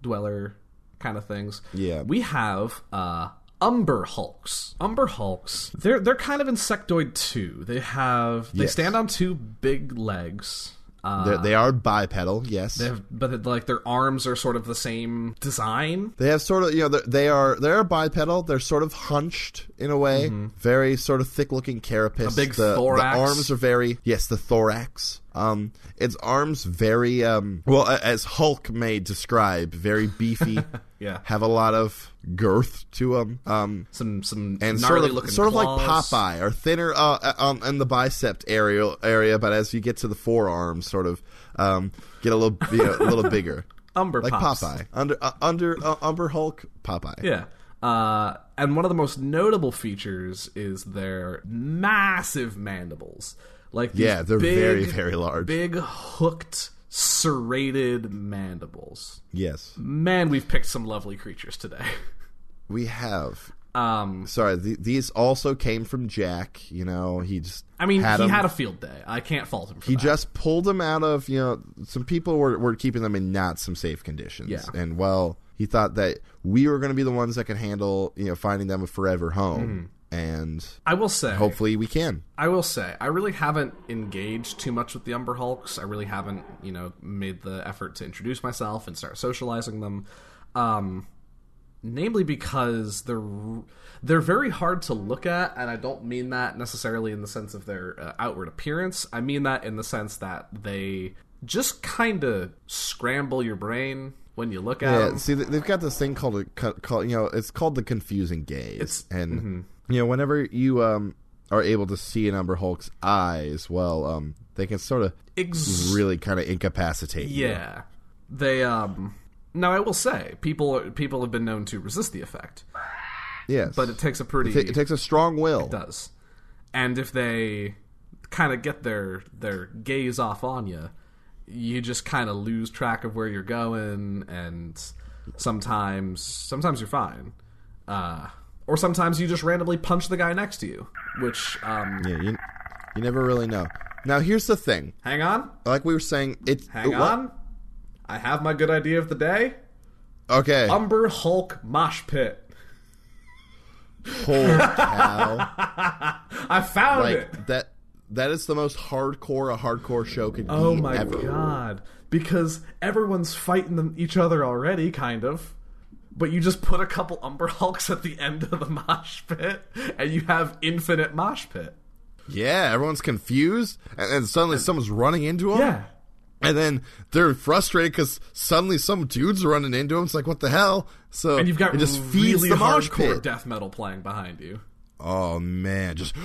dweller kind of things. Yeah. We have uh Umber Hulks. Umber Hulks. They're they're kind of insectoid too. They have they Yes. stand on two big legs. Uh They're- they are bipedal. Yes. they have, but like their arms are sort of the same design. They have sort of, you know, they're- they are they are bipedal. They're sort of hunched in a way, very sort of thick-looking carapace. Mm-hmm. A big the, thorax. The arms are very yes, the thorax. Um, its arms very um, well a- as Hulk may describe, very beefy. Yeah. have a lot of girth to them. Um, Some some and gnarly sort of looking sort of like claws. Popeye or thinner uh, uh, um, in the bicep area area, but as you get to the forearms, sort of um, get a little you know, a little bigger. Umber Like Pops. Popeye, under uh, under uh, Umber Hulk, Popeye. Yeah. Uh, and one of the most notable features is their massive mandibles. Like these Yeah, they're big, very, very large. Big hooked serrated mandibles. Yes, Man, we've picked some lovely creatures today. we have. Um, Sorry, th- these also came from Jack. You know, he just. I mean, had he 'em. had a field day. I can't fault him for He that. just pulled them out of you know some people were were keeping them in not some safe conditions. Yeah. and well, he thought that we were going to be the ones that could handle you know finding them a forever home, Mm-hmm. and I will say, hopefully we can. I will say, I really haven't engaged too much with the Umber Hulks. I really haven't, you know, made the effort to introduce myself and start socializing them. Um, namely because they're they're very hard to look at, and I don't mean that necessarily in the sense of their uh, outward appearance. I mean that in the sense that they just kind of scramble your brain when you look at Yeah, them. see, th- they've got this thing called a co- called you know it's called the confusing gaze, and mm-hmm. you know whenever you um are able to see an Umber Hulk's eyes, well, um they can sort of Ex- really kind of incapacitate. you. Yeah. They um now I will say people people have been known to resist the effect, yes, but it takes a pretty It ta- it takes a strong will. does. And if they kind of get their their gaze off on you, you just kind of lose track of where you're going and sometimes sometimes you're fine. Uh or sometimes you just randomly punch the guy next to you, which um Yeah, you, you never really know. Now here's the thing. hang on, Like we were saying, it's hang it- what- on. I have my good idea of the day. Okay. Umber Hulk mosh pit. Holy cow! I found it. Like that. That is the most hardcore a hardcore show could Oh be my ever. god. Because everyone's fighting them, each other already, kind of. But you just put a couple Umber Hulks at the end of the mosh pit, and you have infinite mosh pit. Yeah, everyone's confused, and then suddenly someone's running into them. Yeah. and then they're frustrated because suddenly some dude's running into them. It's like, what the hell? So And you've got it just really feeds the mosh hardcore pit. death metal playing behind you. Oh man, just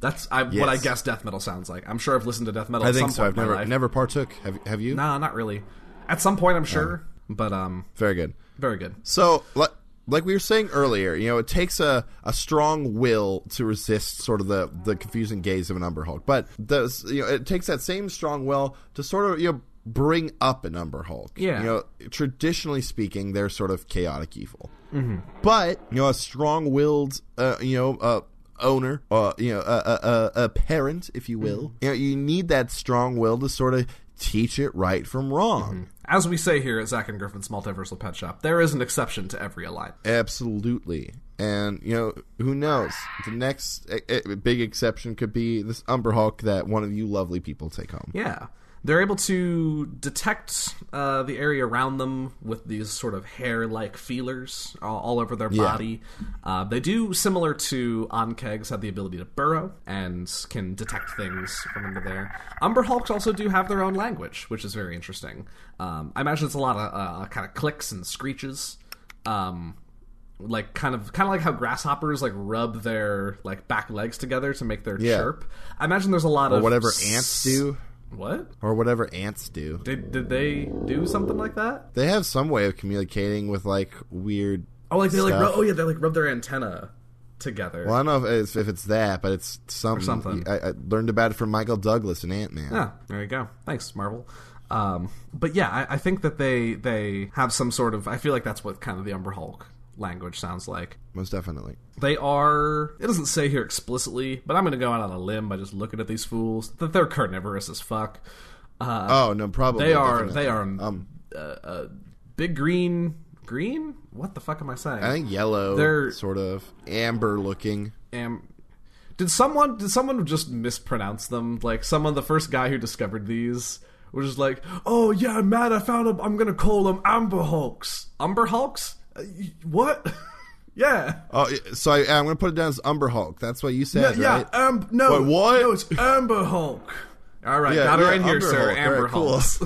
That's I, what I Yes. guess death metal sounds like. I'm sure I've listened to death metal. I at think some so. Point I've in my never life. never partook. Have have you? Nah, not really. At some point, I'm sure. But um, Very good. very good. So, like, like we were saying earlier, you know, it takes a, a strong will to resist sort of the, the confusing gaze of an Umber Hulk. But the, you know, it takes that same strong will to sort of you know bring up an Umber Hulk. Yeah. You know, traditionally speaking, they're sort of chaotic evil. Mm-hmm. But you know, a strong-willed, uh, you know, uh, owner, uh, you know, a, a, a, a parent, if you will, you know, you need that strong will to sort of teach it right from wrong. As we say here at Zack and Griffin's Multiversal Pet Shop, there is an exception to every alignment. Absolutely. And, you know, who knows? The next eh, eh, big exception could be this Umber Hulk that one of you lovely people take home. Yeah. They're able to detect uh, the area around them with these sort of hair like feelers all, all over their body. Uh, they do, similar to Onkegs, have the ability to burrow and can detect things from under there. Umber Hulks also do have their own language, which is very interesting. Um, I imagine it's a lot of uh, kind of clicks and screeches. Um, like kind of kind of like how grasshoppers like rub their like back legs together to make their Yeah. chirp. I imagine there's a lot Or of whatever s- ants do. What? Or whatever ants do. Did, did they do something like that? They have some way of communicating with, like, weird Oh, like they like Stuff. rub, oh yeah, they like rub their antenna together. Well, I don't know if it's, if it's that, but it's something. something. I, I learned about it from Michael Douglas and Ant Man. Yeah, there you go. Thanks, Marvel. Um, but yeah, I, I think that they they have some sort of. I feel like that's what kind of the Umber Hulk language sounds like. Most definitely. They are. It doesn't say here explicitly, but I'm going to go out on a limb by just looking at these fools. That they're carnivorous as fuck. Uh, Oh no, probably. they are. definitely. They are. Um, uh, uh, big green. Green? What the fuck am I saying? I think yellow. They're- sort of amber looking. am did someone did someone just mispronounce them like someone the first guy who discovered these was just like oh yeah I'm mad i found them i'm gonna call them amber hulks umber hulks uh, y- what yeah Oh, yeah, so I, I'm going to put it down as Umber Hulk. That's what you said, yeah right? um no Wait, what? no it's amber hulk all right Yeah, got it yeah, right here Umber sir Hulk. amber Alright, cool. hulks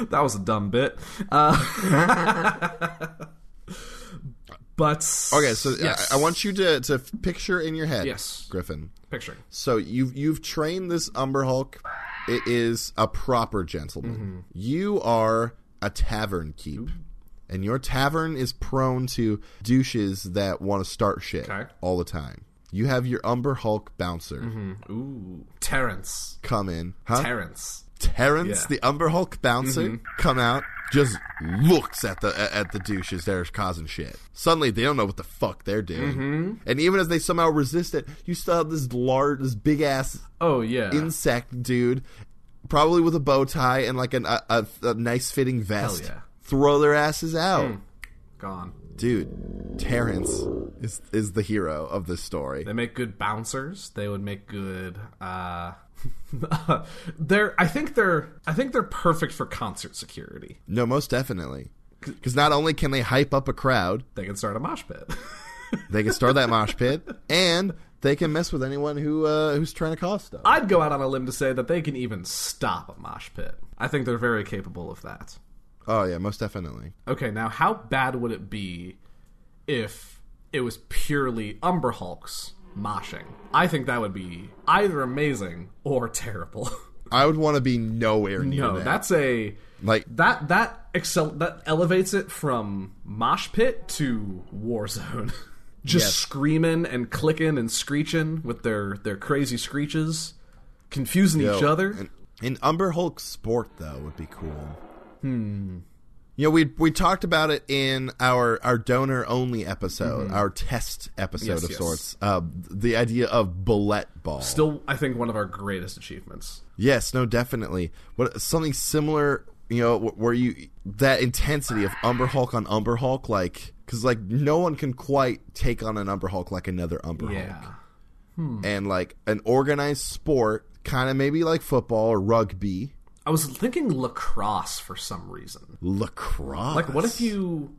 that was a dumb bit uh but Okay, so uh, yes. I, I want you to, to f- picture in your head, Yes. Griffin. picturing So you've you've trained this Umber Hulk. It is a proper gentleman. Mm-hmm. You are a tavern keep, and your tavern is prone to douches that want to start shit Okay. all the time. You have your Umber Hulk bouncer Mm-hmm. ooh terrence come in, huh? Terrence. Terrence, Yeah. Mm-hmm. the Umber Hulk bouncer, come out, just looks at the at- at the douches that are causing shit. Suddenly, they don't know what the fuck they're doing, Mm-hmm. and even as they somehow resist it, you still have this large, this big ass Oh yeah. insect dude, probably with a bow tie and like an, a, a, a nice fitting vest. Hell yeah. Mm. Throw their asses out, Gone. dude. Terrence is is the hero of this story. They make good bouncers. They would make good uh they're I think they're I think they're perfect for concert security. No, most definitely, because not only can they hype up a crowd, They can start a mosh pit. They can start that mosh pit, and they can mess with anyone who uh, who's trying to cause stuff. I'd go out on a limb to say that they can even stop a mosh pit. I think they're very capable of that. Oh yeah, most definitely. Okay, now how bad would it be if it was purely Umber Hulks moshing? I think that would be either amazing or terrible. I would want to be nowhere near no, that. that's a like That that excel that elevates it from mosh pit to war zone. Just Yes. screaming and clicking and screeching with their their crazy screeches, confusing each yo, other. An, an Umber Hulk sport though would be cool. Hmm. Hmm. You know, we we talked about it in our our donor only episode, our test episode Mm-hmm. Yes, of yes. sorts. Uh, the idea of bullet ball. Still, I think one of our greatest achievements. Yes, no, definitely. What something similar, you know, wh- where you that intensity of Umber Hulk on Umber Hulk, like because like no one can quite take on an Umber Hulk like another Umber Yeah, Hmm. Hulk, and like an organized sport, kind of maybe like football or rugby, I was thinking lacrosse for some reason. lacrosse. Like, what if you,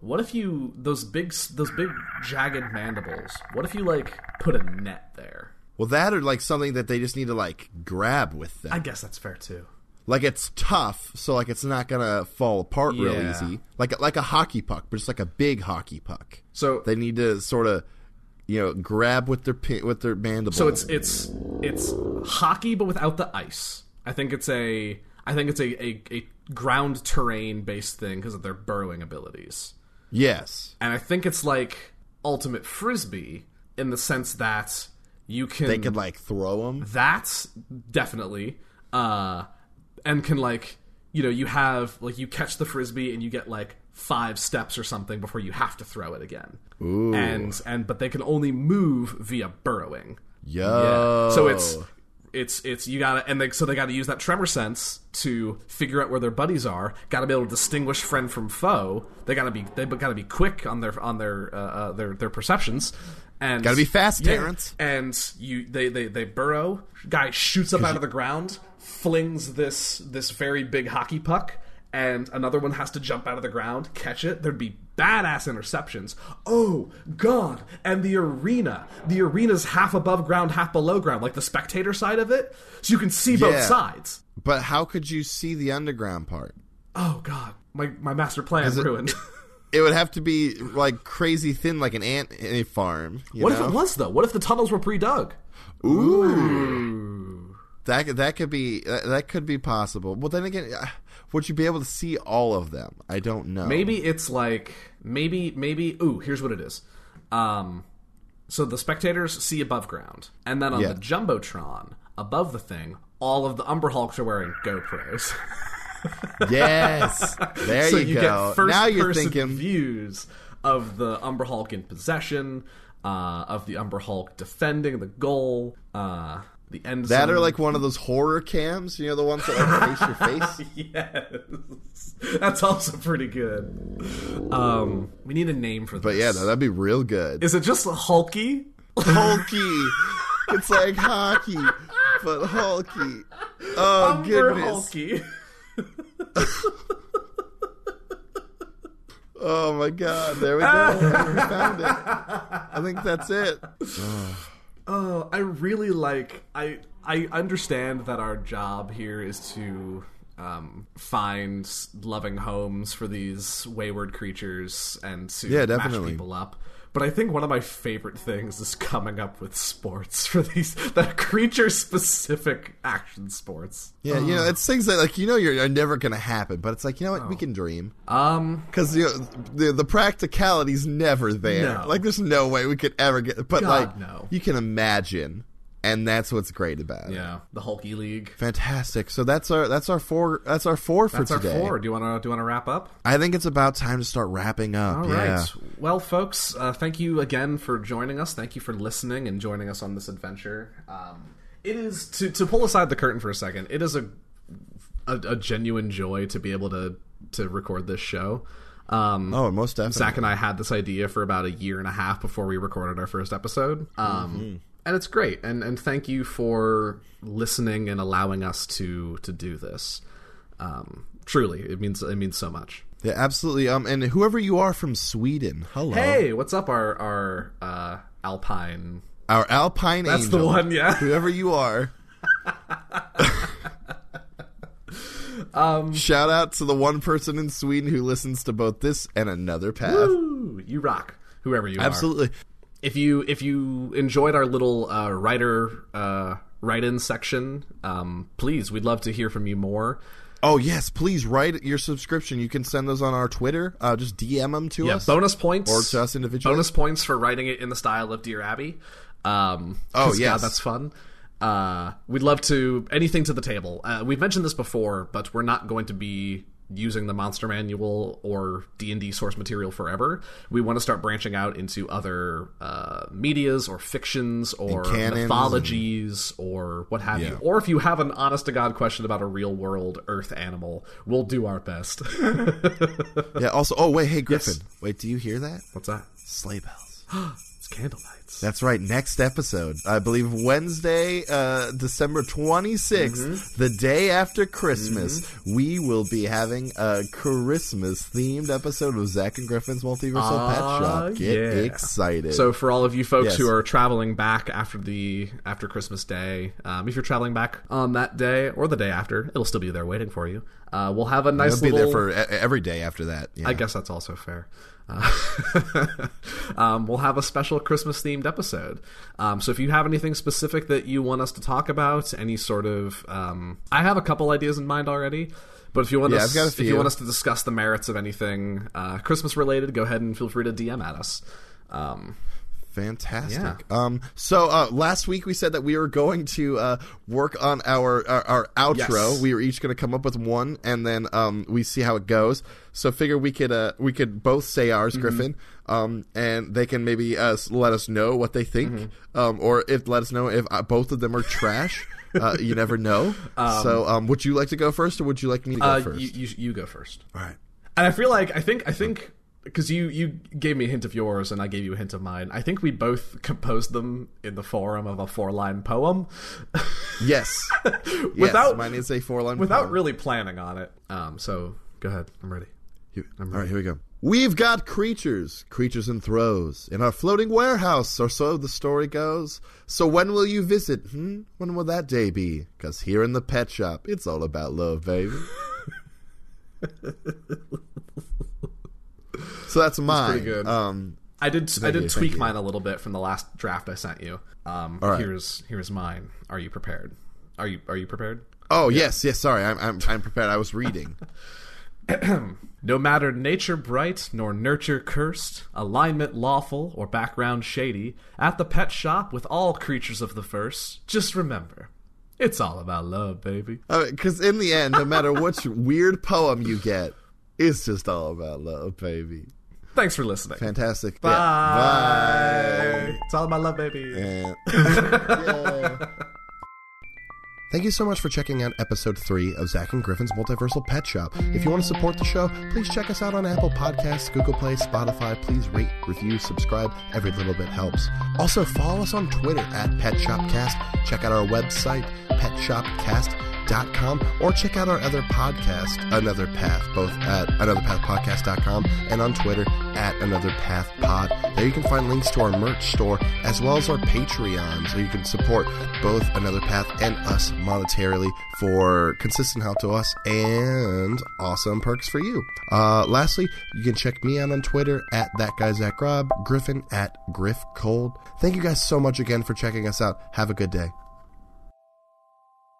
what if you those big s- those big jagged mandibles? What if you like put a net there? Well, that or like something that they just need to like grab with them. I guess that's fair too. like it's tough, so like it's not gonna fall apart real Yeah. easy. Like like a hockey puck, but it's like a big hockey puck. So they need to sort of you know grab with their pin, with their mandible. So it's it's it's hockey but without the ice. I think it's a I think it's a, a, a ground terrain based thing because of their burrowing abilities. yes, And I think it's like ultimate frisbee in the sense that you can they could like throw them. that's definitely uh and can like you know you have like you catch the frisbee and you get like five steps or something before you have to throw it again Ooh. and and but they can only move via burrowing Yo, yeah. Oh. So it's it's it's you gotta and they so they gotta use that tremor sense to figure out where their buddies are. Gotta be able to distinguish friend from foe. They gotta be they gotta be quick on their on their uh, uh, their their perceptions. And Gotta be fast, Terrence. And you they they they burrow. Guy shoots up out of the ground, flings this this very big hockey puck. And another one has to jump out of the ground, catch it. There'd be badass interceptions. Oh, God. And the arena. The arena's half above ground, half below ground, like the spectator side of it. So you can see both Yeah. sides. but how could you see the underground part? Oh, God. My, my master plan ruined. It would have to be like crazy thin, like an ant in a farm. you what know? if it was, though? What if the tunnels were pre dug? Ooh. That that could be that, that could be possible. Well, then again, uh, would you be able to see all of them? I don't know. Maybe it's like maybe maybe ooh, here's what it is. Um so the spectators see above ground, and then on Yeah. the jumbotron above the thing, all of the Umber Hulks are wearing GoPros. Yes, there so you, go. get first now you're person thinking views of the Umber Hulk in possession, uh, of the Umber Hulk defending the goal, uh, the end. that zone. are like one of those horror cams. You know the ones that like face your face. yes, that's also pretty good. Um, we need a name for this. But yeah, no, that'd be real good. is it just Hulky? Hulky. it's like hockey, but Hulky. Oh Umber goodness. Hulky. Oh my god, there we go. we found it. I think that's it. Oh, I really like. I I understand that our job here is to um, find s- loving homes for these wayward creatures and to Yeah, mash definitely. people up. But I think one of my favorite things is coming up with sports for these the creature specific action sports. Yeah, you know, it's things that like you know you're are never gonna happen, but it's like you know what we can dream Um, because you know, the the practicality's never there. No. Like there's no way we could ever get, but God, like no. you can imagine, and that's what's great about it. yeah, the Hulky League. Fantastic. So that's our that's our four that's our four for That's our today. four. Do you want to do you want to wrap up? I think it's about time to start wrapping up. All right. yeah. Well, folks, uh, thank you again for joining us. Thank you for listening and joining us on this adventure. Um, it is to to pull aside the curtain for a second. It is a a, a genuine joy to be able to to record this show. Um, Oh, most definitely. Zach and I had this idea for about a year and a half before we recorded our first episode. Um, Mm-hmm. And it's great. And, and thank you for listening and allowing us to to do this. Um, truly, it means it means so much. Yeah, absolutely. Um, and whoever you are from Sweden, hello. Hey, what's up, our our uh, Alpine? Our Alpine That's Angel. the one, yeah. Whoever you are. Um, Shout out to the one person in Sweden who listens to both this and another path. Ooh, you rock, whoever you are. Absolutely. If you if you enjoyed our little uh, writer uh, write-in section, um, please, we'd love to hear from you more. Oh yes, please write your subscription. You can send those on our Twitter. Uh, just DM them to Yeah, us. bonus points Or to us individually. Bonus points for writing it in the style of Dear Abby. Um, Oh, 'cause, God, yes. that's fun. Uh, we'd love to anything to the table. Uh, we've mentioned this before, but we're not going to be using the monster manual or d&d source material forever we want to start branching out into other uh, medias or fictions or canons and- mythologies or what have you Yeah. or if you have an honest to god question about a real world earth animal we'll do our best Yeah. Also, oh wait, hey Griffin, wait, do you hear that? what's that Sleigh bells. it's candle nights That's right. Next episode, I believe Wednesday, uh, December 26th, Mm-hmm. the day after Christmas, we will be having a Christmas themed episode of Zach and Griffin's Multiversal Pet Ah, Shop. Get yeah. excited. So for all of you folks Yes. who are traveling back after the after Christmas Day, um, if you're traveling back on that day or the day after, it'll still be there waiting for you. Uh, we'll have a nice I'll be there little. for e- every day after that. Yeah. I guess that's also fair. Uh, um, we'll have a special Christmas themed episode. Um, so if you have anything specific that you want us to talk about, any sort of, um, I have a couple ideas in mind already. But if you want Yeah, us, I've got a if you few. want us to discuss the merits of anything uh, Christmas related, go ahead and feel free to DM at us. Um, Fantastic. Yeah. Um, so uh, last week we said that we were going to uh, work on our our, our outro. Yes. We were each going to come up with one, and then um, we see how it goes. So figure we could uh, we could both say ours, Mm-hmm. Griffin, um, and they can maybe uh, s- let us know what they think, Mm-hmm. um, or if let us know if uh, both of them are trash. uh, you never know. so um, would you like to go first, or would you like me to go Uh, first? You, you you go first. All right. And I feel like I think I think because you you gave me a hint of yours and I gave you a hint of mine. I think we both composed them in the form of a four line poem Yes. Without- yes, mine is a four line without really planning on it. Um. So go ahead. I'm ready. Here- all right, here we go. We've got creatures, creatures in throes, in our floating warehouse, or so the story goes. So when will you visit? Hmm? When will that day be? Because here in the pet shop, it's all about love, baby. so that's mine. pretty good. Um, I did I did you, thank tweak you. mine a little bit from the last draft I sent you. Um. right. Here's here's mine. Are you prepared? Are you are you prepared? Oh yes, yes. Sorry, I'm I'm, I'm prepared. I was reading. No matter nature bright nor nurture cursed, alignment lawful or background shady, at the pet shop with all creatures of the first, just remember, it's all about love, baby. Because Uh, in the end, no matter which weird poem you get, it's just all about love, baby. Thanks for listening. Fantastic. Bye. Yeah. Bye. It's all about love, baby. And- Thank you so much for checking out episode three of Zach and Griffin's Multiversal Pet Shop. If you want to support the show, please check us out on Apple Podcasts, Google Play, Spotify. Please rate, review, subscribe. Every little bit helps. Also, follow us on Twitter at Pet Shop Cast. Check out our website, petshopcast.com, or check out our other podcast, Another Path, both at anotherpathpodcast.com and on Twitter at Another Path Pod. There you can find links to our merch store as well as our Patreon, so you can support both Another Path and us monetarily for consistent help to us and awesome perks for you. Uh, lastly, you can check me out on Twitter at that guy Zach Rob, Griffin at Griff Cold. Thank you guys so much again for checking us out. Have a good day.